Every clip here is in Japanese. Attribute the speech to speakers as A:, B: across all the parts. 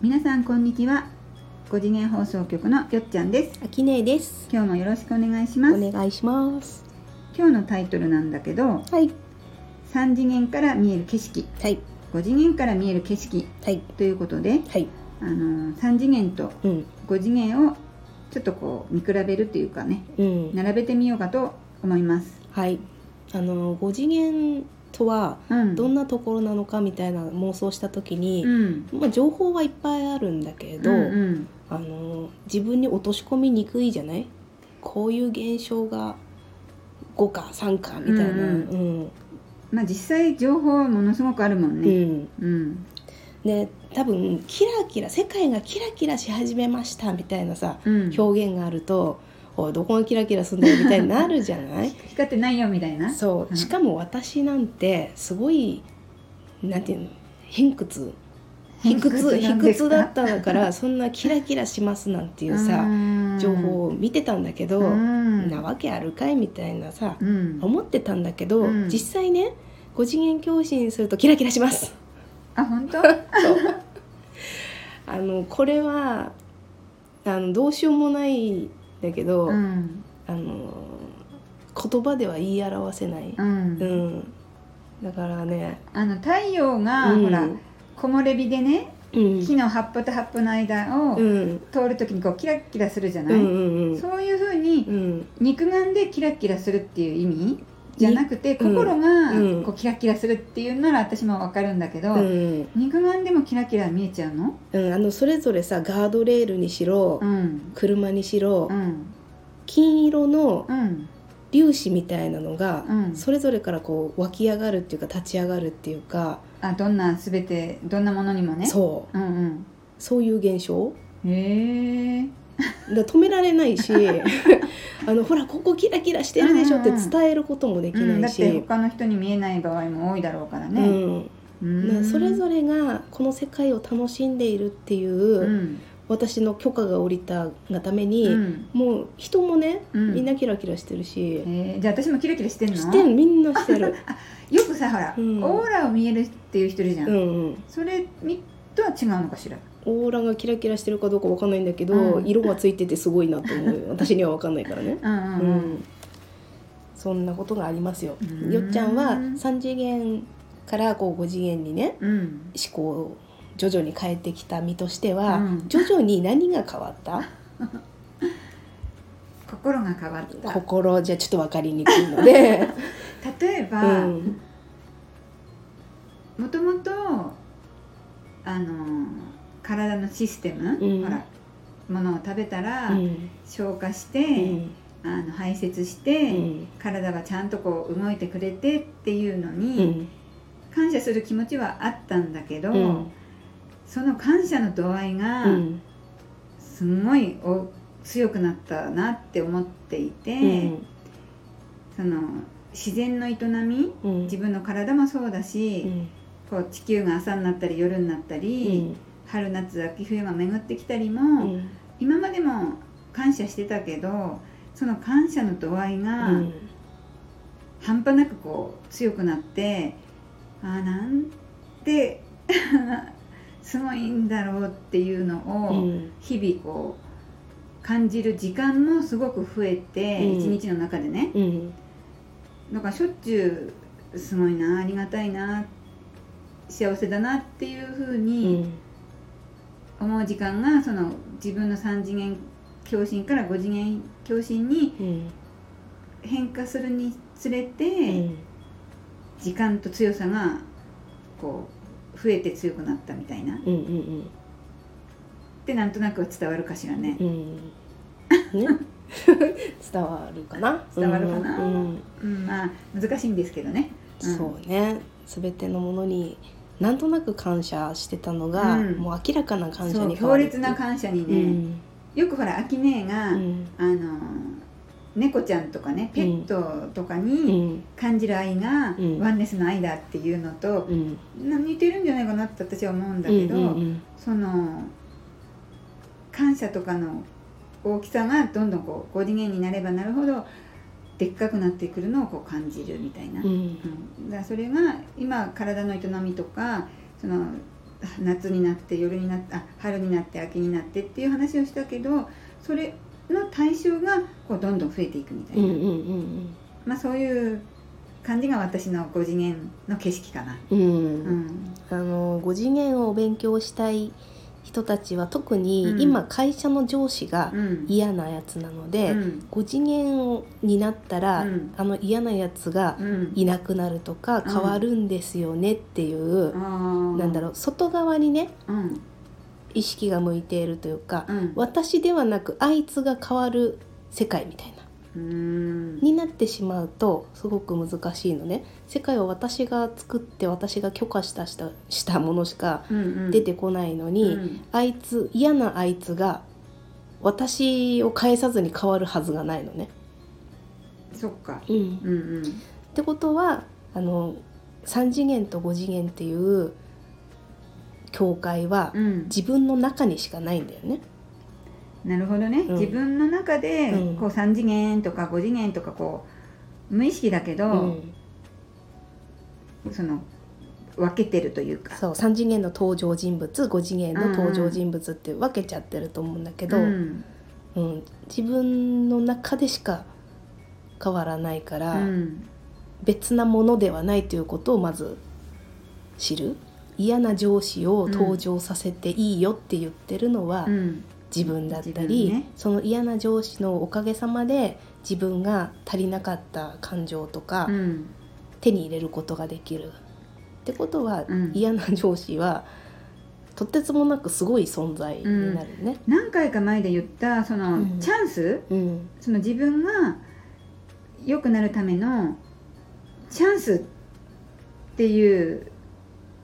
A: 皆さんこんにちは5次元放送局のよっちゃんです
B: あきねえです。
A: 今日もよろしくお願いします
B: お願いします。
A: 今日のタイトルなんだけど
B: はい。
A: 3次元から見える景色
B: はい。
A: 5次元から見える景色
B: はい。
A: ということで、
B: はい。
A: あのー3次元と
B: うん。
A: 5次元をちょっとこう見比べるというかね
B: うん。
A: 並べてみようかと思います、
B: はい。あの五次元とは
A: うん、
B: どんなところなのかみたいな妄想した時に、
A: うん
B: まあ情報はいっぱいあるんだけれど、
A: うんうん
B: あの自分に落とし込みにくいじゃない？こういう現象が五か三かみたいな。
A: う
B: うんん、うん。
A: まあ実際情報はものすごくあるもんねうん
B: ね、多分キラキラ世界がキラキラし始めましたみたいなさ、
A: うん
B: 表現があると「おいどこがキラキラすんだよ」みたいになるじゃない
A: 光ってないよみたいな
B: そううんしかも私なんてすごいなんていうの偏屈
A: 偏
B: 偏
A: 屈
B: 屈
A: なん
B: 偏
A: です
B: 屈
A: か
B: だったんだ からそんなキラキラしますなんていうさ情報を見てたんだけど、
A: うん
B: なわけあるかいみたいなさ
A: う、ん、
B: 思ってたんだけど、
A: うん
B: 実際ね5次元教師にするとキラキラします
A: あ本当
B: あのこれはあのどうしようもないんだけど、
A: うん
B: あの言葉では言い表せない、
A: う
B: うん
A: ん
B: だからね、
A: あの太陽が、
B: うん
A: ほら木漏れ日でね
B: うん、
A: 木の葉っぱと葉っぱの間を
B: うん
A: 通るときにこうキラッキラするじゃ
B: う
A: ない、
B: んうんうん
A: そういうふうに
B: うん
A: 肉眼でキラッキラするっていう意味じゃなくて心が
B: うん
A: こうキラッキラするっていうなら私もわかるんだけど、
B: うん
A: 肉眼でもキラキラ見えちゃうの
B: うんあのそれぞれさガードレールにしろ、
A: うん
B: 車にしろ、
A: うん
B: 金色の
A: うん
B: 粒子みたいなのが、
A: うん
B: それぞれからこう湧き上がるっていうか立ち上がるっていうか、
A: あどんなすべてどんなものにもねう
B: そう
A: うん
B: そういう現象
A: うんへえ
B: だから止められない しあのほらここキラキラしてるでしょって伝えることもでき
A: う、
B: なん
A: だ
B: い
A: っ
B: し、
A: て他の人に見えない場合も多いだろうから
B: う
A: ね、
B: ん
A: うん
B: なそれぞ
A: れ、
B: れがこの世界を楽しんでいるっていう、
A: うん
B: 私の許可が下りたがため
A: う
B: に、
A: ん
B: もう人もね、
A: うん
B: みんなキラキラしてるし
A: え、ーじゃあ私もキラキラしてんの
B: してんみんなしてる
A: よくさほら、
B: うん
A: オーラを見えるって いう人いるじゃん、
B: うん、うん、
A: それみとは違うのかしら
B: オーラがキラキラしてるかどうかわかんないんだけど、
A: うん
B: 色がついててすごいなと思うよ 私にはわかんないからね、
A: うん
B: う
A: うんん
B: そんなことがありますよ、
A: うん
B: よっちゃんは3次元からこう5次元にね
A: うんうん
B: 思考を徐々に変えてきた身としては、
A: うん
B: 徐々に何が変わった
A: 心が変わった
B: 心じゃちょっと分かりにくいので、
A: 例え
B: う
A: ば
B: ん、
A: もともとあのー体のシステム、
B: うん
A: ほらものを食べたら、
B: うん
A: 消化し
B: う
A: て、
B: ん
A: あの排泄し
B: う
A: て、
B: ん
A: 体がちゃんとこう動いてくれてっていうの
B: う
A: に
B: ん
A: 感謝する気持ちはあったんだけど、
B: うん
A: その感謝の度合いが
B: うん
A: すごいお強くなったなって思っていて、
B: うん
A: その自然の営み
B: うん
A: 自分の体もそうだし、こう地球が朝になったり夜になったり、春夏秋冬が巡ってきたり
B: う
A: も、
B: ん
A: 今までも感謝してたけどその感謝の度合いが、
B: うん
A: 半端なくこう強くなってあーなんて すごいんだろうっていうの
B: う
A: を
B: ん
A: 日々こう感じる時間もすごく増えて
B: うん
A: 一、日の中でね
B: うん
A: だからしょっちゅうすごいなありがたいな幸せだなっていうふう
B: う
A: に
B: ん
A: 思う時間がその自分の3次元共振から5次元共振に
B: うん
A: 変化するにつれて、
B: うん
A: 時間と強さがこう増えて強くなったみたいなっ
B: うんうん
A: てなんとなくは伝わるかしらね
B: う、んね伝わるかな
A: 伝わるかな
B: うん
A: うん、まあ難しいんですけどねうん
B: そうね全てのものになんとなく感謝してたのが、
A: うん
B: もう明らかな感謝
A: そう
B: に変
A: 強
B: わるって
A: 烈
B: いう
A: な感謝にね、よくほら秋姉が、
B: うん
A: あのー猫ちゃんとかねペットとか
B: うんう
A: に
B: ん
A: 感じる愛が、
B: うん
A: ワンネスの愛だっていうのと
B: う、ん
A: な似てるんじゃないかなって私は思うんだけど、
B: うんうん
A: その感謝とかの大きさがどんどんこう5次元になればなるほどでっかくなってくるのをこう感じるみたいな、
B: うん
A: うんだからそれが今体の営みとかその夏になって夜になってあ春になって秋になってっていう話をしたけどそれの対象がこうどんどん増えていくみたい
B: うん
A: な、
B: うんうん
A: まあ、そういう感じが私の5次元の景色かな。
B: うん
A: う
B: うん
A: ん
B: あの5次元を勉強したい人たちは特に、
A: うん
B: 今会社の上司が
A: うん
B: 嫌なやつなの
A: う
B: で、
A: ん
B: 5次元になったら、
A: うん
B: あの嫌なやつが
A: うん
B: いなくなるとか
A: ん
B: 変わるんですよねっていう、な
A: なん
B: だろう外側にね
A: う、うん
B: 意識が向いているというか、
A: うん、
B: 私ではなくあいつが変わる世界みたいな
A: うーん
B: になってしまうとすごく難しいのね世界を私が作って私が許可したしたしたものしか
A: うんうん
B: 出てこないのに、
A: うん
B: あいつ嫌なあいつが私を返さずに変わるはずがないのね。
A: そっか、
B: うん、
A: うんうん
B: ってことはあの3次元と5次元っていう境界は
A: うん、
B: 自分の中にしかないんだよね。
A: なるほどね、
B: うん
A: 自分の中で
B: うん
A: こう3次元とか5次元とかこう無意識だけ
B: う
A: ど、
B: ん、
A: その分けてるというか
B: そう3次元の登場人物5次元の登場人物って分けちゃってると思うんだけど、
A: うん
B: うん、自分の中でしか変わらないか
A: う
B: ら、
A: ん
B: 別なものではないということをまず知る嫌な上司を登場させていいよって言ってるのは、
A: うん
B: 自分だった
A: 自
B: り、
A: 分ね
B: その嫌な上司のおかげさまで自分が足りなかった感情とか、
A: うん
B: 手に入れることができる。ってことは、
A: うん
B: 嫌な上司はとてつもなくすごい存在になるね。
A: 何回か前で言ったその、
B: うん
A: チャンス
B: うん
A: その自分が良くなるためのチャンスっていう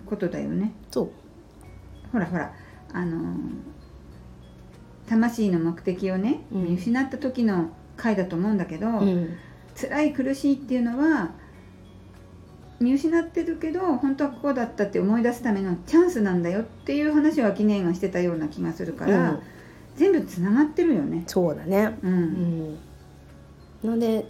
A: ことだよね
B: そう
A: ほらほらあのー魂の目的をね、
B: うん
A: 見失った時の回だと思うんだけど、
B: うん
A: 辛い苦しいっていうのは見失ってるけど本当はここだったって思い出すためのチャンスなんだよっていう話を秋音がしてたような気がするから、
B: うん
A: 全部つながってるよね。
B: そうだね。
A: う
B: うんん、なので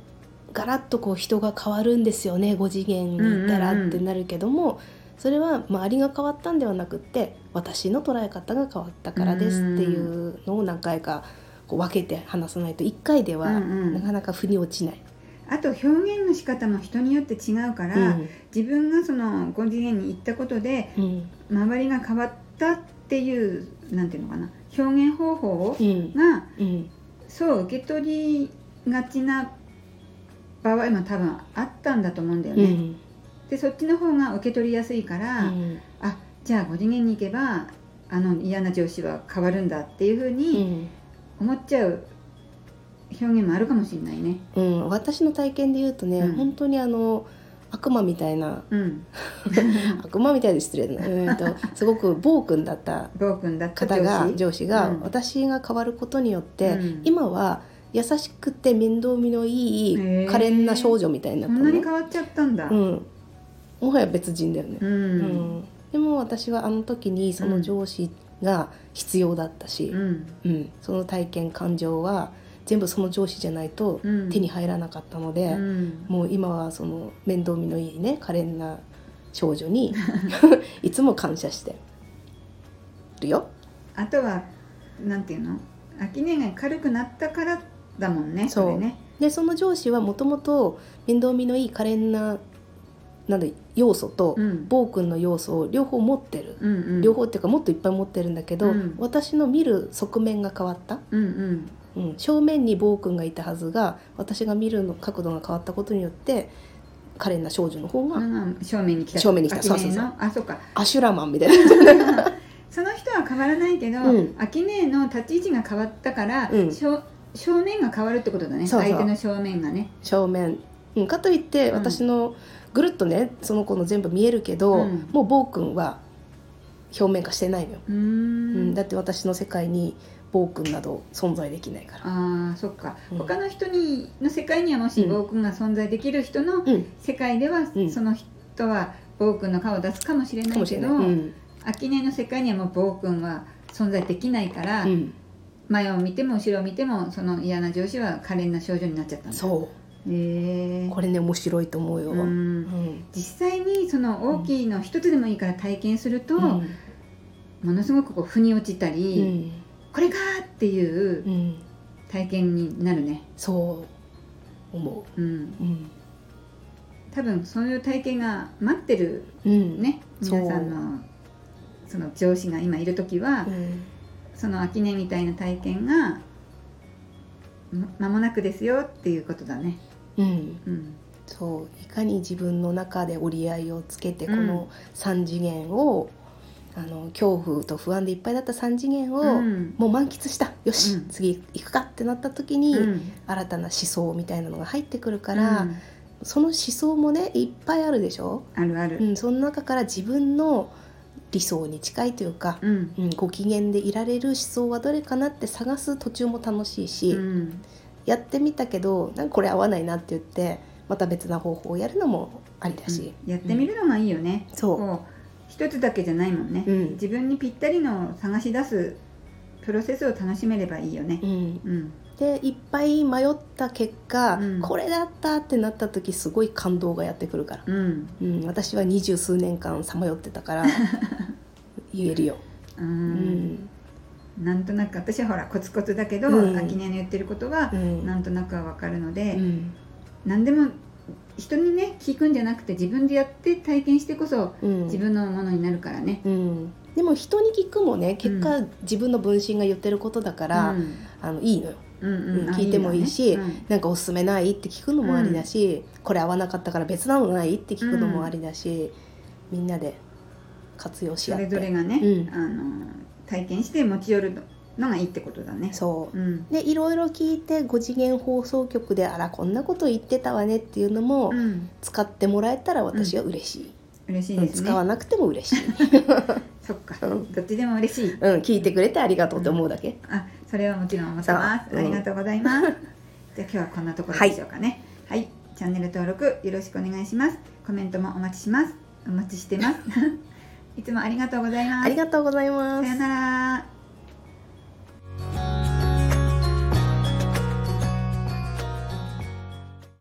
B: ガラッとこう人が変わるんですよね5次元に行った
A: うんうん
B: ら
A: うん
B: ってなるけども、それは周りが変わったんではなくって私の捉え方が変わったからですっていうのを何回かこう分けて話さないと1回では
A: うんうん
B: なかなか腑に落ちない。
A: あと表現の仕方も人によって違うから、
B: うん
A: 自分がその5次元に行ったことで
B: うん
A: 周りが変わったっていうなんていうのかな表現方法を
B: うん
A: が
B: うん
A: そう受け取りがちな場合も多分あったんだと思うんだよ
B: う
A: ね。
B: ん
A: でそっちの方が受け取りやすいから、
B: うん
A: あじゃあ5次元に行けばあの嫌な上司は変わるんだっていうふう
B: う
A: に
B: ん
A: 思っちゃう表現もあるかもしれないね。
B: うん、私の体験で言うとね、
A: うん
B: 本当にあの悪魔みたいな
A: うん、
B: 悪魔みたいで失礼だなうーんとすごく暴君だった
A: 暴君だった
B: 方が上司が、
A: うん
B: 私が変わることによって、
A: うん
B: 今は優しくて面倒見のいい
A: へー
B: 可憐な少女みたいにな
A: そ
B: った
A: んな
B: の
A: に
B: ね
A: 変わっちゃったんだ。
B: うん、もはや別人だよね、
A: う
B: うん
A: ん
B: でも私はあの時にその上司が必要だったし
A: う、ん
B: うんその体験感情は全部その上司じゃないと
A: うん
B: 手に入らなかったの
A: う
B: で、
A: ん
B: もう今はその面倒見のいいね可憐な少 女に いつも感謝してるよ。
A: あとはなんていうの秋音が軽くなったからだもんね
B: そう
A: それね。
B: でその上司はもともと面倒見のいい可憐ななんだ要素と
A: うん
B: 暴君の要素を両方持ってる、
A: うんうん、
B: 両方っていうかもっといっぱい持ってるんだけど、
A: うん
B: 私の見る側面が変わった、
A: うんうん
B: うん、正面に暴君がいたはずが私が見るの角度が変わったことによって可憐な少女の方が
A: うん、正面に来た
B: 正面に来た
A: 秋音の
B: そうそうそう
A: あそうか
B: アシュラマンみたいな、
A: その人は変わらないけど、
B: うん
A: 秋音の立ち位置が変わったから、
B: うん
A: 正正面が変わるってことだね
B: そうそう
A: 相手の正面がね。
B: 正面、うん、かといって
A: うん
B: 私のぐるっとねその子の全部見えるけど、
A: うん
B: もう暴君は表面化してないのよ。
A: うー
B: うん、
A: ん
B: だって私の世界に暴君など存在できないから。
A: あーそっか、
B: うん
A: 他の人にの世界にはもし
B: うん
A: 暴君が存在できる人の
B: うん、
A: 世界では、
B: うん
A: その人は暴君の顔を出すかもしれな
B: か
A: い
B: もし
A: け
B: れない。
A: ど
B: うん、
A: 秋音の世界にはもう暴君は存在できないから、
B: うん、
A: 前を見ても後ろを見てもその嫌な上司は可憐な少女になっちゃったんだ
B: そ
A: へ
B: う、
A: ー
B: これね面白いと思うよ。う、
A: うんん実際にその大きいの一つでもいいから体験すると、
B: うん
A: ものすごくこう腑に落ちた
B: う
A: り、
B: ん、
A: これかーっていううん体験になるね、
B: そう思
A: うん、
B: う、うん
A: 多分そういう体験が待ってる
B: うん、
A: ね
B: そう
A: 皆さんのその上司が今いる時は、
B: うん、
A: その秋音みたいな体験がま間もなくですよっていうことだね。
B: うん、
A: うん、
B: そういかに自分の中で折り合いをつけて、
A: うん
B: この3次元をあの恐怖と不安でいっぱいだった3次元を、
A: うん
B: もう満喫したよ
A: う
B: し、
A: ん
B: 次行くかってなった時に、
A: うん
B: 新たな思想みたいなのが入ってくるか
A: う
B: ら、
A: ん
B: その思想もねいっぱいあるでしょ、
A: あるあ
B: う
A: る。
B: ん、その中から自分の理想に近いというか、
A: うん、
B: うん、ご機嫌でいられる思想はどれかなって探す途中も楽しいし、
A: うん、
B: やってみたけどなんかこれ合わないなって言ってまた別な方法をやるのもありだし、
A: やってみるのがいいよね。
B: そ
A: こう一つだけじゃないもんね
B: う、う。ん
A: 自分にぴったりのを探し出すプロセスを楽しめればいいよね
B: う。ん、
A: うん、
B: でいっぱい迷った結果、
A: うん
B: これだったってなった時すごい感動がやってくるから、
A: うん、
B: うん、私は二十数年間さまよってたから 言えるよ、
A: う、
B: うんん
A: なんとなく私はほらコツコツだけど、
B: うん
A: 秋音の言ってることは
B: う。ん
A: なんとなくはわかるので、
B: うん
A: 何でも人にね聞くんじゃなくて自分でやって体験してこそ
B: うん
A: 自分のものになるからね。
B: うん、でも人に聞くもね結果、自分の分身が言ってることだから、
A: うん
B: あのいいのよ
A: うんうん
B: うん聞いてもいいし
A: あよね
B: なんかおすすめないって聞くのもありだし、これ合わなかったから別なのないって聞くのもありだし、みんなで活用し
A: そ
B: 合っ
A: れ
B: て
A: ぞれがね、
B: うん
A: あの体験して持ち寄るのがいいってことだね。
B: そう
A: う、ん
B: でいろいろ聞いて5次元放送局であらこんなこと言ってたわねっていうのも
A: うん、
B: 使ってもらえたら私は嬉しい、
A: 嬉しい
B: うん
A: ですね
B: 使。わなくても嬉しい、
A: そっか、
B: うん
A: どっちでも嬉しい。
B: うん、聞いてくれてありがとうって思うだけ、
A: あ、それはもちろん思ってます。
B: そ
A: あ
B: ううん
A: りがとうございます。じゃあ今日はこんなところでしょうかね。はい、チャンネル登録よろしくお願いします。コメントもお待ちし ます。お待ちしてます。いつもありがとうございます。
B: ありがとうございます
A: さよなら。